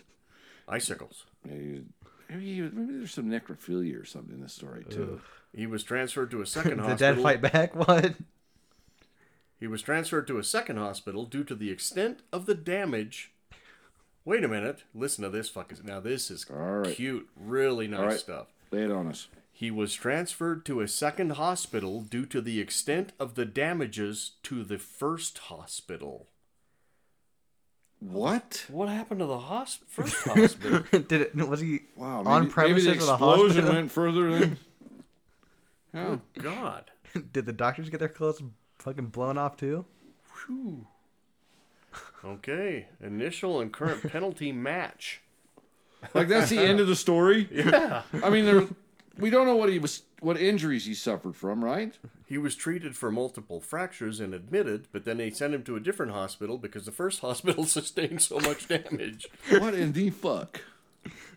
Speaker 4: Icicles.
Speaker 1: Maybe, maybe, maybe there's some necrophilia or something in this story too.
Speaker 4: He was transferred to a second
Speaker 2: the
Speaker 4: hospital.
Speaker 2: dead fight back? What?
Speaker 4: He was transferred to a second hospital due to the extent of the damage. Wait a minute. Listen to this fucking. Now this is
Speaker 1: All right.
Speaker 4: cute. Really nice
Speaker 1: All right.
Speaker 4: stuff.
Speaker 1: Lay it on us.
Speaker 4: He was transferred to a second hospital due to the extent of the damages to the first hospital.
Speaker 1: What?
Speaker 4: What happened to the hosp- first hospital?
Speaker 2: Did it? Was he
Speaker 1: Wow. Maybe,
Speaker 2: on premises
Speaker 1: maybe the
Speaker 2: or the
Speaker 1: explosion
Speaker 2: hospital?
Speaker 1: went further than. Oh,
Speaker 4: God.
Speaker 2: Did the doctors get their clothes fucking blown off too?
Speaker 4: Phew. Okay. Initial and current penalty match.
Speaker 1: like that's the end of the story.
Speaker 4: Yeah.
Speaker 1: I mean, there, we don't know what he was, what injuries he suffered from, right?
Speaker 4: He was treated for multiple fractures and admitted, but then they sent him to a different hospital because the first hospital sustained so much damage.
Speaker 1: What in the fuck?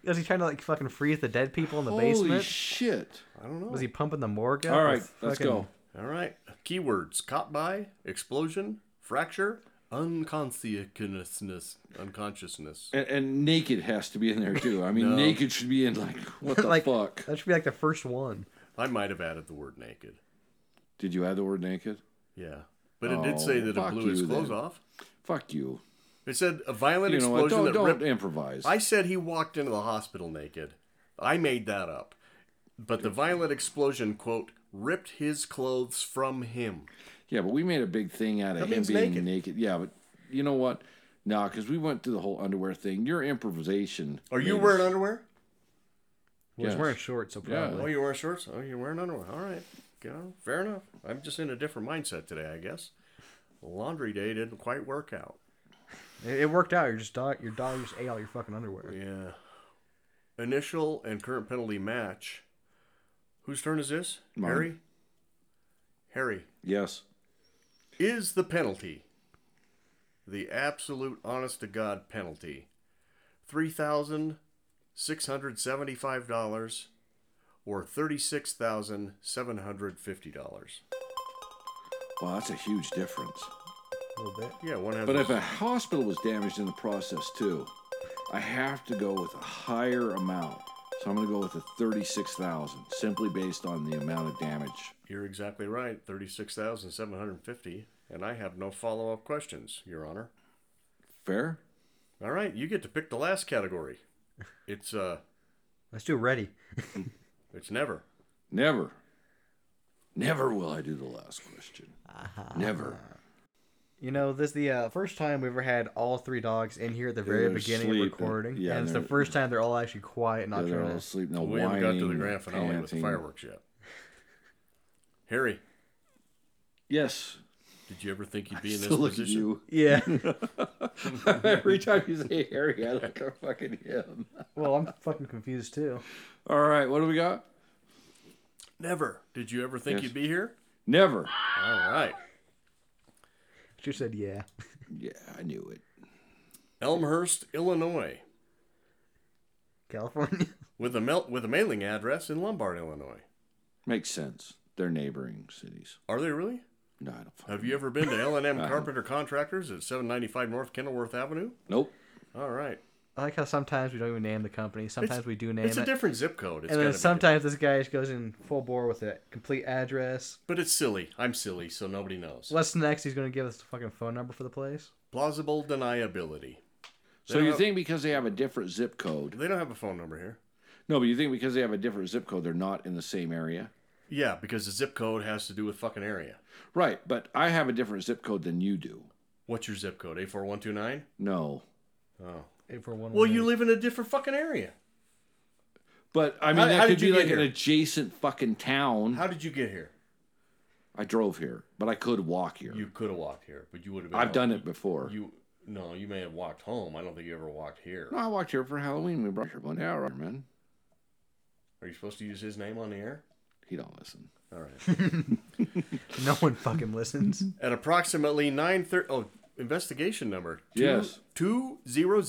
Speaker 2: Was he trying to like fucking freeze the dead people in the
Speaker 1: Holy
Speaker 2: basement?
Speaker 1: shit!
Speaker 4: I don't know.
Speaker 2: was he pumping the morgue? up
Speaker 1: All
Speaker 2: with
Speaker 1: right, let's
Speaker 2: fucking-
Speaker 1: go.
Speaker 4: All right. Keywords caught by, explosion, fracture, unconsciousness. Unconsciousness.
Speaker 1: And, and naked has to be in there too. I mean,
Speaker 4: No.
Speaker 1: naked should be in like what the
Speaker 2: like
Speaker 1: fuck?
Speaker 2: that should be like the first one.
Speaker 4: I might have added the word naked.
Speaker 1: Did you add the word naked?
Speaker 4: Yeah. But it did say
Speaker 1: Oh,
Speaker 4: that it
Speaker 1: fuck
Speaker 4: blew his
Speaker 1: you
Speaker 4: clothes
Speaker 1: then.
Speaker 4: off.
Speaker 1: Fuck you.
Speaker 4: It said a violent
Speaker 1: You know what?
Speaker 4: explosion
Speaker 1: Don't,
Speaker 4: that
Speaker 1: don't
Speaker 4: ripped.
Speaker 1: improvise.
Speaker 4: I said he walked into the hospital naked. I made that up. But the violent explosion, quote, ripped his clothes from him.
Speaker 1: Yeah, but we made a big thing out of
Speaker 4: That
Speaker 1: him
Speaker 4: means
Speaker 1: being
Speaker 4: naked.
Speaker 1: naked. Yeah, but you know what? Nah, because we went through the whole underwear thing. Your improvisation.
Speaker 4: Are you
Speaker 1: made
Speaker 4: wearing
Speaker 1: us-
Speaker 4: underwear?
Speaker 2: Well, he's
Speaker 1: Yes.
Speaker 2: wearing shorts, so
Speaker 1: Yeah.
Speaker 2: probably.
Speaker 4: Oh, you're wearing shorts? Oh, you're wearing underwear. All right. You know, fair enough. I'm just in a different mindset today, I guess. Laundry day didn't quite work out.
Speaker 2: It, it worked out. Your just dog, your dog just ate all your fucking underwear.
Speaker 4: Yeah. Initial and current penalty match. Whose turn is this?
Speaker 1: Mine.
Speaker 4: Harry? Harry.
Speaker 1: Yes.
Speaker 4: Is the penalty the absolute honest to God penalty? $3,675 or $36,750?
Speaker 1: Well, that's a huge difference.
Speaker 2: A little bit.
Speaker 4: Yeah, one has
Speaker 1: But
Speaker 4: a-
Speaker 1: if a hospital was damaged in the process too, I have to go with a higher amount. So I'm going to go with a thirty-six thousand, simply based on the amount of damage.
Speaker 4: You're exactly right, 36,750, and I have no follow-up questions, Your Honor.
Speaker 1: Fair?
Speaker 4: All right, you get to pick the last category. It's uh
Speaker 2: Let's do ready.
Speaker 4: it's never.
Speaker 1: Never. Never will I do the last question. Never.
Speaker 2: You know, this is the uh, first time we ever had all three dogs in here at the very
Speaker 1: they're
Speaker 2: beginning of
Speaker 1: asleep,
Speaker 2: recording.
Speaker 1: and- yeah,
Speaker 2: and it's the
Speaker 1: they're-
Speaker 2: first time they're all actually quiet, and not
Speaker 1: Yeah, they're
Speaker 2: trying
Speaker 1: all
Speaker 2: to.
Speaker 1: asleep. No
Speaker 4: we haven't
Speaker 1: whining.
Speaker 4: got to the grand finale with the
Speaker 1: panting.
Speaker 4: fireworks yet. Harry,
Speaker 1: Yes.
Speaker 4: did you ever think you'd be in this
Speaker 1: Still look at
Speaker 4: position?
Speaker 1: you.
Speaker 2: Yeah.
Speaker 1: Every time you say Harry, I look at fucking him.
Speaker 2: well, I'm fucking confused too.
Speaker 1: All right, what do we got?
Speaker 4: Never. Did you ever think
Speaker 1: Yes.
Speaker 4: you'd be here?
Speaker 1: Never.
Speaker 4: All right.
Speaker 2: She said, "Yeah."
Speaker 1: Yeah, I knew it.
Speaker 4: Elmhurst, Illinois,
Speaker 2: California.
Speaker 4: with a mel- with a mailing address in Lombard, Illinois.
Speaker 1: Makes sense. They're neighboring cities.
Speaker 4: Are they really?
Speaker 1: No, I don't. fucking-
Speaker 4: Have you ever been to L&M
Speaker 1: Uh-huh.
Speaker 4: Carpenter Contractors at 795 North Kenilworth Avenue?
Speaker 1: Nope.
Speaker 4: All right.
Speaker 2: I like how sometimes we don't even name the company. Sometimes we do name
Speaker 4: It's a
Speaker 2: it.
Speaker 4: different zip code. It's
Speaker 2: and
Speaker 4: gotta
Speaker 2: then
Speaker 4: be
Speaker 2: sometimes this guy just goes in full bore with a complete address.
Speaker 4: But it's silly. I'm silly, so nobody knows.
Speaker 2: What's next? He's gonna give us the fucking phone number for the place.
Speaker 4: Plausible deniability.
Speaker 1: So
Speaker 4: They
Speaker 1: you
Speaker 4: don't-
Speaker 1: think because they have a different zip code?
Speaker 4: They don't have a phone number here.
Speaker 1: No, but you think because they have a different zip code, they're not in the same area?
Speaker 4: Yeah, because the zip code has to do with fucking area.
Speaker 1: Right, but I have a different zip code than you do.
Speaker 4: What's your zip code? 84129?
Speaker 1: No,
Speaker 4: Oh.
Speaker 2: Eight four one.
Speaker 4: Well, you live in a different fucking area.
Speaker 1: But I mean,
Speaker 7: How-
Speaker 1: that
Speaker 7: how
Speaker 1: could
Speaker 7: did you
Speaker 1: be like
Speaker 7: get
Speaker 1: an
Speaker 7: here?
Speaker 1: adjacent fucking town.
Speaker 7: How did you get here?
Speaker 1: I drove here, but I could walk here.
Speaker 7: You could have walked here, but you would have.
Speaker 1: I've done it before.
Speaker 7: You no, you may have walked home. I don't think you ever walked here.
Speaker 1: no, I walked here for Halloween. We brought your one hour, man.
Speaker 7: Are you supposed to use his name on the air?
Speaker 1: He don't listen.
Speaker 7: All right.
Speaker 2: No one fucking listens.
Speaker 4: At approximately 9:30 Oh, investigation number. Two,
Speaker 1: Yes.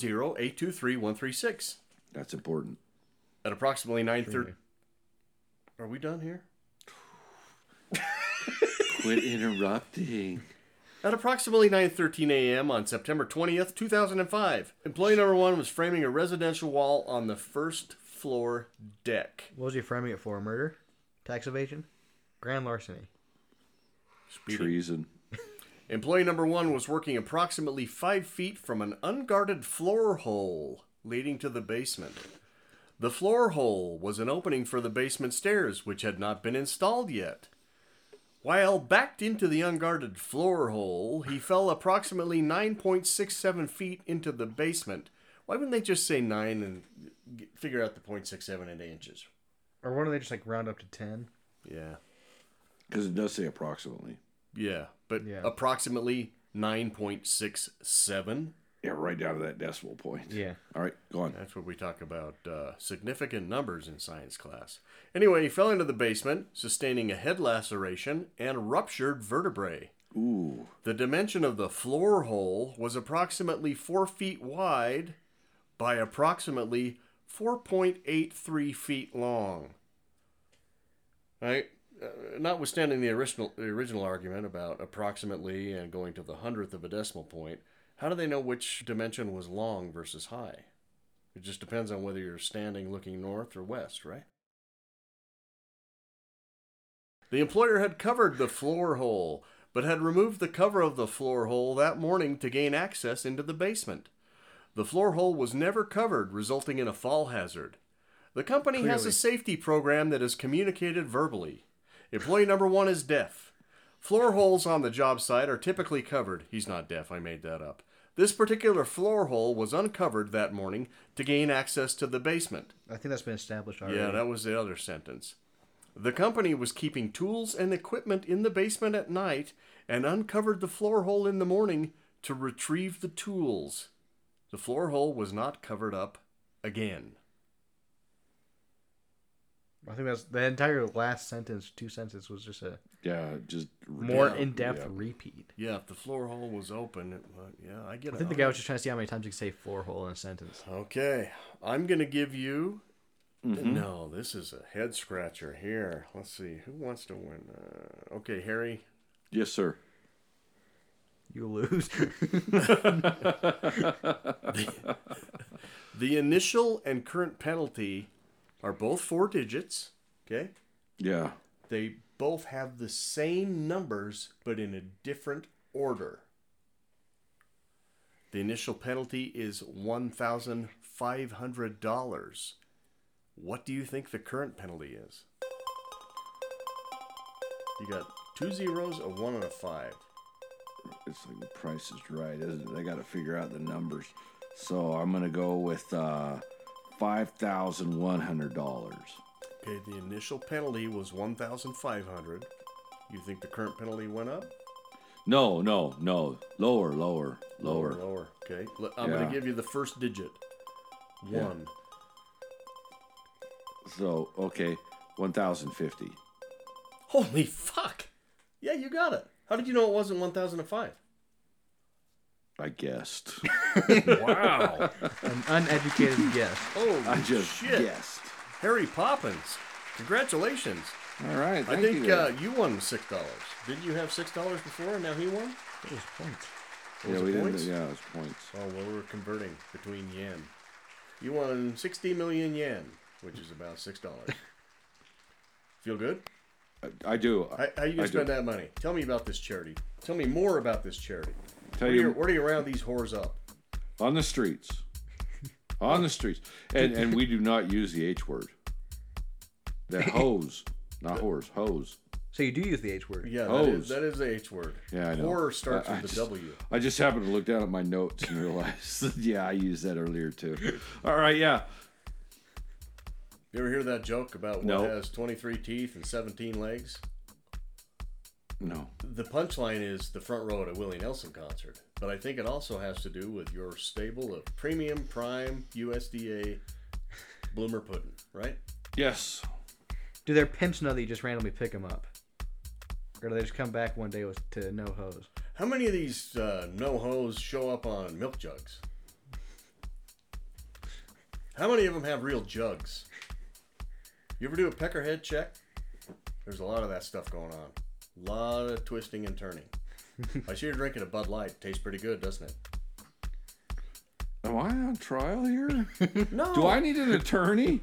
Speaker 4: 200-823-136.
Speaker 1: That's important.
Speaker 4: At approximately 9:30 Are we done here?
Speaker 1: Quit interrupting.
Speaker 4: At approximately 9:13 a.m. on September 20th, 2005, employee number 1 was framing a residential wall on the first floor deck.
Speaker 2: What was he framing it for? Murder? Tax evasion? Grand larceny.
Speaker 4: Speeding.
Speaker 1: Treason.
Speaker 4: Employee number 1 was working approximately 5 feet from an unguarded floor hole leading to the basement. The floor hole was an opening for the basement stairs which had not been installed yet. While backed into the unguarded floor hole, he fell approximately 9.67 feet into the basement. Why wouldn't they just say 9 and g- figure out the 0.67 in inches?
Speaker 2: Or why don't they just like round up to ten?
Speaker 4: Yeah.
Speaker 1: Because it does say approximately.
Speaker 4: Yeah, but
Speaker 2: Yeah.
Speaker 4: approximately 9.67?
Speaker 1: Yeah, right down to that decimal point.
Speaker 2: Yeah.
Speaker 1: All right, go on.
Speaker 4: That's what we talk about uh, significant numbers in science class. Anyway, he fell into the basement, sustaining a head laceration and ruptured vertebrae.
Speaker 1: Ooh.
Speaker 4: The dimension of the floor hole was approximately 4 feet wide by approximately 4.83 feet long. Right? Uh, notwithstanding the original, the original argument about approximately and going to the hundredth of a decimal point, how do they know which dimension was long versus high? It just depends on whether you're standing looking north or west, right? The employer had covered the floor hole, but had removed the cover of the floor hole that morning to gain access into the basement. The floor hole was never covered, resulting in a fall hazard. The company has
Speaker 2: Clearly.
Speaker 4: a safety program that is communicated verbally. Employee number one is deaf. Floor holes on the job site are typically covered. He's not deaf, I made that up. This particular floor hole was uncovered that morning to gain access to the basement.
Speaker 2: I think that's been established already.
Speaker 4: Yeah, that was the other sentence. The company was keeping tools and equipment in the basement at night and uncovered the floor hole in the morning to retrieve the tools. The floor hole was not covered up again.
Speaker 2: I think that's the entire last sentence, two sentences was just a
Speaker 1: Yeah, just
Speaker 2: more
Speaker 4: Yeah,
Speaker 2: in depth
Speaker 1: yeah.
Speaker 2: repeat.
Speaker 4: Yeah, if the floor hole was open, it, wa- yeah, I get
Speaker 2: I
Speaker 4: it.
Speaker 2: think the guy was just trying to see how many times he could say floor hole in a sentence.
Speaker 4: Okay, I'm gonna give you. No, this is a head scratcher here. Let's see who wants to win. Uh, okay, Harry,
Speaker 1: Yes, sir.
Speaker 2: You lose.
Speaker 4: The initial and current penalty are both four digits. Okay.
Speaker 1: Yeah.
Speaker 4: They both have the same numbers, but in a different order. The initial penalty is $1,500. What do you think the current penalty is? You got two zeros, a one, and a five.
Speaker 1: It's like the price is right, isn't it? I got to figure out the numbers. So I'm going to go with uh, $5,100.
Speaker 4: Okay, the initial penalty was 1,500. You think the current penalty went up?
Speaker 1: No, no, no. Lower, lower, lower.
Speaker 4: Lower. Okay. L- I'm going
Speaker 1: Yeah.
Speaker 4: to give you the first digit.
Speaker 1: Yeah.
Speaker 4: One.
Speaker 1: So, okay, 1050
Speaker 4: Holy fuck. Yeah, you got it. How did you know it wasn't 1005?
Speaker 1: I guessed.
Speaker 4: wow.
Speaker 2: An uneducated guess.
Speaker 4: Holy
Speaker 1: I just
Speaker 4: shit.
Speaker 1: guessed.
Speaker 4: Harry Poppins. Congratulations.
Speaker 1: All right.
Speaker 4: I
Speaker 1: thank
Speaker 4: think
Speaker 1: you.
Speaker 4: uh, you won $6. Didn't you have $6 before and now he won?
Speaker 2: What was points?
Speaker 1: yeah,
Speaker 4: was it
Speaker 1: we didn't.
Speaker 4: points?
Speaker 1: Yeah, it was points.
Speaker 4: Oh, well, we're converting between yen. You won 60 million yen, which is about $6. Feel good?
Speaker 1: I, I do.
Speaker 4: How, how you
Speaker 1: I
Speaker 4: gonna
Speaker 1: do.
Speaker 4: spend that money? Tell me about this charity. Tell me more about this charity.
Speaker 1: Tell
Speaker 4: Where do
Speaker 1: you-
Speaker 4: you, where do you round these whores up?
Speaker 1: on the streets on the streets and and we do not use the h word that hose not whores hose
Speaker 2: So you do use the H word.
Speaker 4: Yeah, that is,
Speaker 1: Hoes.
Speaker 4: that is the H word.
Speaker 1: yeah i know
Speaker 4: Whore starts
Speaker 1: I-
Speaker 4: with
Speaker 1: I
Speaker 4: the
Speaker 1: just-
Speaker 4: W.
Speaker 1: i just happened to look down at my notes and realize yeah i used that earlier too all right yeah
Speaker 4: You ever hear that joke about what
Speaker 1: No.
Speaker 4: has 23 teeth and 17 legs?
Speaker 1: No.
Speaker 4: The punchline is the front row at a Willie Nelson concert, but I think it also has to do with your stable of premium prime USDA bloomer pudding, right?
Speaker 1: Yes.
Speaker 2: Do their pimps know that you just randomly pick them up? Or do they just come back one day with to no hose?
Speaker 4: How many of these uh, no hoes show up on milk jugs? How many of them have real jugs? You ever do a peckerhead check? There's a lot of that stuff going on. A lot of twisting and turning. I see you're drinking a Bud Light. Tastes pretty good, doesn't it?
Speaker 1: Am I on trial here? no. Do I need an attorney?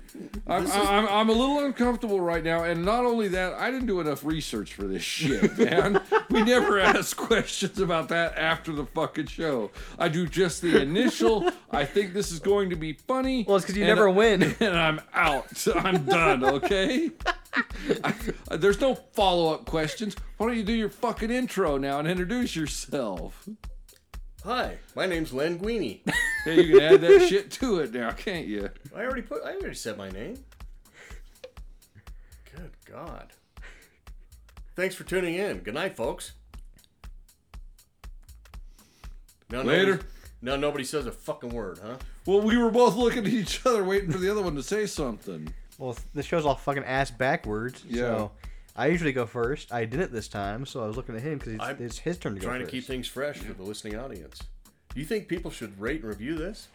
Speaker 1: I'm, I'm, I'm a little uncomfortable right now. And not only that, I didn't do enough research for this shit, man. we never ask questions about that after the fucking show. I do just the initial. I think this is going to be funny.
Speaker 2: Well, it's because you
Speaker 1: and- uh,
Speaker 2: never win.
Speaker 1: and I'm out. I'm done, okay? I- uh, there's no follow up questions. Why don't you do your fucking intro now and introduce yourself?
Speaker 4: Hi, my name's Len Guini.
Speaker 1: Yeah, you can add that shit to it now, can't you?
Speaker 4: I already put. I already said my name. Good God. Thanks for tuning in. Good night, folks. Now
Speaker 1: Later.
Speaker 4: nobody- Now nobody says a fucking word, huh?
Speaker 1: Well, we were both looking at each other, waiting for the other one to say something.
Speaker 2: Well, the show's all fucking ass backwards.
Speaker 1: Yeah.
Speaker 2: So I usually go first. I didn't this time, so I was looking at him because
Speaker 4: I'm
Speaker 2: it's, it's his turn to go
Speaker 4: Trying
Speaker 2: first.
Speaker 4: to keep things fresh for the listening audience. You think people should rate and review this?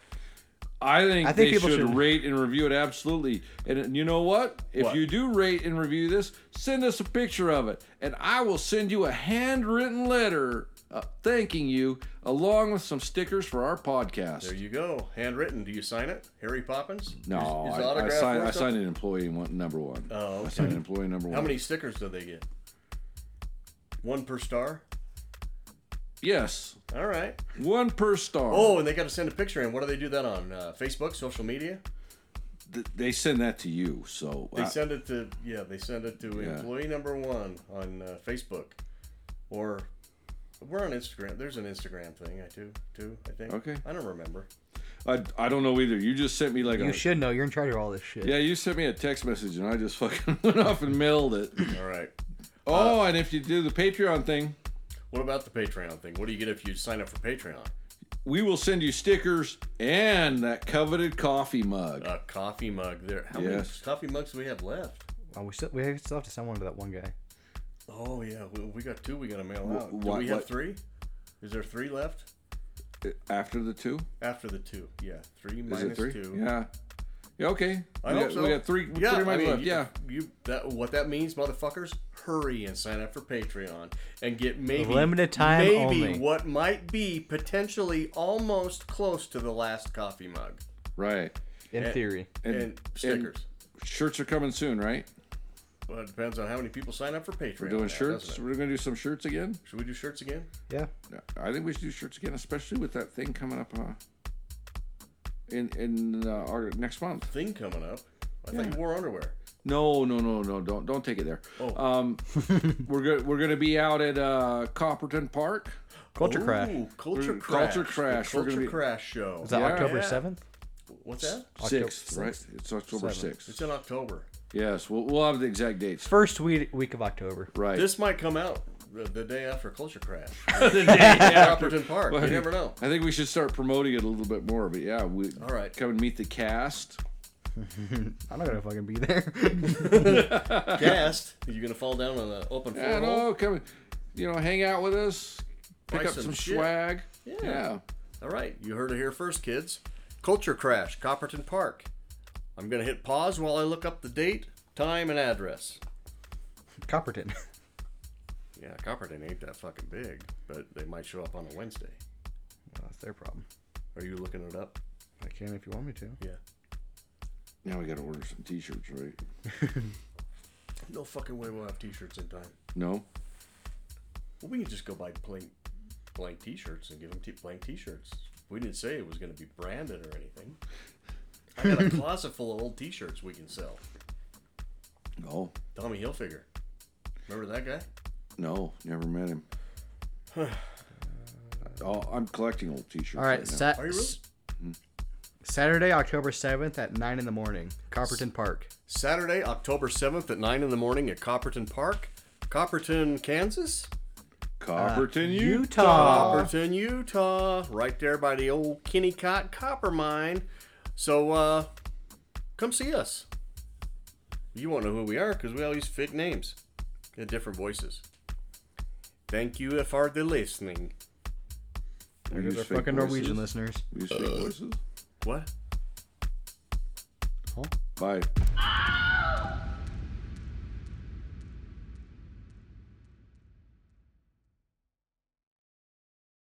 Speaker 1: I think,
Speaker 2: I think
Speaker 1: they
Speaker 2: people
Speaker 1: should,
Speaker 2: should-
Speaker 1: rate and review it absolutely. And you know what? If
Speaker 4: What?
Speaker 1: you do rate and review this, send us a picture of it, and I will send you a handwritten letter uh, thanking you, along with some stickers for our podcast.
Speaker 4: There you go. Handwritten. Do you sign it, Harry Poppins?
Speaker 1: no,
Speaker 4: Is- is
Speaker 1: I, I,
Speaker 4: autograph
Speaker 1: signed,
Speaker 4: worth
Speaker 1: I signed
Speaker 4: something?
Speaker 1: an employee one, number one.
Speaker 4: Oh,
Speaker 1: I
Speaker 4: okay.
Speaker 1: signed an employee number one.
Speaker 4: How many stickers do they get? One per star.
Speaker 1: Yes,
Speaker 4: All right.
Speaker 1: one per star.
Speaker 4: Oh, and they got to send a picture in. What do they do that on? Uh, Facebook, social media?
Speaker 1: Th- they send that to you, so uh,
Speaker 4: They
Speaker 1: I-
Speaker 4: send it to yeah. They send it to
Speaker 1: Yeah.
Speaker 4: employee number one on uh, Facebook, or we're on Instagram. There's an Instagram thing I do too. I think.
Speaker 1: Okay.
Speaker 4: I don't remember.
Speaker 1: I, I don't know either. You just sent me like
Speaker 2: You
Speaker 1: a
Speaker 2: should know. You're in charge of all this shit.
Speaker 1: Yeah, you sent me a text message and I just fucking went off and mailed it.
Speaker 4: All right.
Speaker 1: Oh, and if you do the Patreon thing,
Speaker 4: What about the Patreon thing? What do you get if you sign up for Patreon?
Speaker 1: we will send you stickers and that coveted coffee mug.
Speaker 4: A coffee mug. There. How
Speaker 1: Yes.
Speaker 4: many coffee mugs do we have left?
Speaker 2: Oh, we still we still have to send one to that one guy.
Speaker 4: Oh yeah, we, we got two. We got to mail
Speaker 1: Wh-
Speaker 4: out. do
Speaker 1: what-
Speaker 4: we have
Speaker 1: what-
Speaker 4: three? Is there three left
Speaker 1: After the two, is
Speaker 4: after the two? Yeah, three
Speaker 1: it
Speaker 4: Uh, minus
Speaker 1: three?
Speaker 4: two.
Speaker 1: Yeah. Yeah. Okay.
Speaker 4: I
Speaker 1: we
Speaker 4: hope
Speaker 1: got,
Speaker 4: so.
Speaker 1: We got three.
Speaker 4: Yeah,
Speaker 1: three
Speaker 4: I
Speaker 1: minutes
Speaker 4: mean,
Speaker 1: left.
Speaker 4: you-
Speaker 1: yeah.
Speaker 4: You that what that means, motherfuckers? Hurry and sign up for Patreon and get maybe
Speaker 2: Limited time
Speaker 4: maybe
Speaker 2: only.
Speaker 4: what might be potentially almost close to the last coffee mug
Speaker 1: Right.
Speaker 2: In
Speaker 4: Eh.
Speaker 2: theory,
Speaker 4: and, stickers.
Speaker 1: Shirts are coming soon, right?
Speaker 4: well, it depends on how many people sign up for Patreon.
Speaker 1: We're doing
Speaker 4: now,
Speaker 1: shirts.
Speaker 4: doesn't it?
Speaker 1: We're gonna do some shirts again.
Speaker 4: Should we do shirts again?
Speaker 2: yeah.
Speaker 1: I think we should do shirts again, especially with that thing coming up. Uh, in in uh, our next month.
Speaker 4: Thing coming up. I thought you wore underwear.
Speaker 1: No, no, no, no. Don't don't take it there.
Speaker 4: Oh.
Speaker 1: Um, we're go- we're gonna be out at uh, Copperton Park.
Speaker 2: Culture
Speaker 4: Ooh,
Speaker 2: crash.
Speaker 4: Culture
Speaker 1: We're-
Speaker 4: crash.
Speaker 1: Culture
Speaker 4: The
Speaker 1: Crash. We're
Speaker 4: Culture
Speaker 1: gonna be-
Speaker 4: crash show.
Speaker 2: Is that
Speaker 1: Yeah.
Speaker 2: October
Speaker 4: Yeah.
Speaker 2: seventh?
Speaker 4: What's that?
Speaker 2: October
Speaker 1: Sixth, right? It's October
Speaker 2: Seventh.
Speaker 1: sixth.
Speaker 4: It's in October.
Speaker 1: Yes, we'll we'll have the exact dates.
Speaker 2: First week week of October.
Speaker 1: Right.
Speaker 4: This might come out the, the day after Culture Crash.
Speaker 1: the day after.
Speaker 4: Copperton Park. You never know.
Speaker 1: I think we should start promoting it a little bit more. But yeah, we
Speaker 4: All right.
Speaker 1: come and meet the cast.
Speaker 2: I'm not gonna fucking be there.
Speaker 4: Cast. You're gonna fall down on an open floor.
Speaker 1: Yeah,
Speaker 4: hole?
Speaker 1: no, oh, come, you know, hang out with us, pick
Speaker 4: Buy
Speaker 1: up
Speaker 4: some
Speaker 1: some,
Speaker 4: shit.
Speaker 1: swag.
Speaker 4: Yeah.
Speaker 1: yeah.
Speaker 4: All right, you heard it here first, kids. Culture Crash, Copperton Park. I'm gonna hit pause while I look up the date, time, and address.
Speaker 2: Copperton.
Speaker 4: Yeah, Copperton ain't that fucking big, but they might show up on a Wednesday.
Speaker 2: Well, that's their problem.
Speaker 4: Are you looking it up?
Speaker 2: I can if you want me to.
Speaker 4: Yeah.
Speaker 1: Now we got to order some T-shirts, right?
Speaker 4: No fucking way we'll have T-shirts in time.
Speaker 1: No.
Speaker 4: Well, we can just go buy plain, blank T-shirts and give them t- blank T-shirts. We didn't say it was gonna be branded or anything. I got a closet full of old T-shirts we can sell.
Speaker 1: No.
Speaker 4: Tommy Hilfiger. Remember that guy?
Speaker 1: No. Never met him. oh, I'm collecting old T-shirts.
Speaker 2: All right,
Speaker 1: now.
Speaker 2: Sat.
Speaker 4: Are you really?
Speaker 2: Saturday, October 7th at 9 in the morning, Copperton Park.
Speaker 4: Saturday, October 7th at 9 in the morning at Copperton Park, Copperton, Kansas.
Speaker 2: uh,
Speaker 1: Copperton, Utah.
Speaker 4: Copperton, Utah, right there by the old Kennecott copper mine. So uh, come see us. You won't know who we are because we all use fake names and different voices. Thank you for the listening.
Speaker 1: We
Speaker 2: There goes
Speaker 1: use
Speaker 2: our
Speaker 1: fake
Speaker 2: fucking Norwegian
Speaker 1: voices.
Speaker 2: listeners.
Speaker 1: We use fake voices.
Speaker 4: What?
Speaker 1: Bye.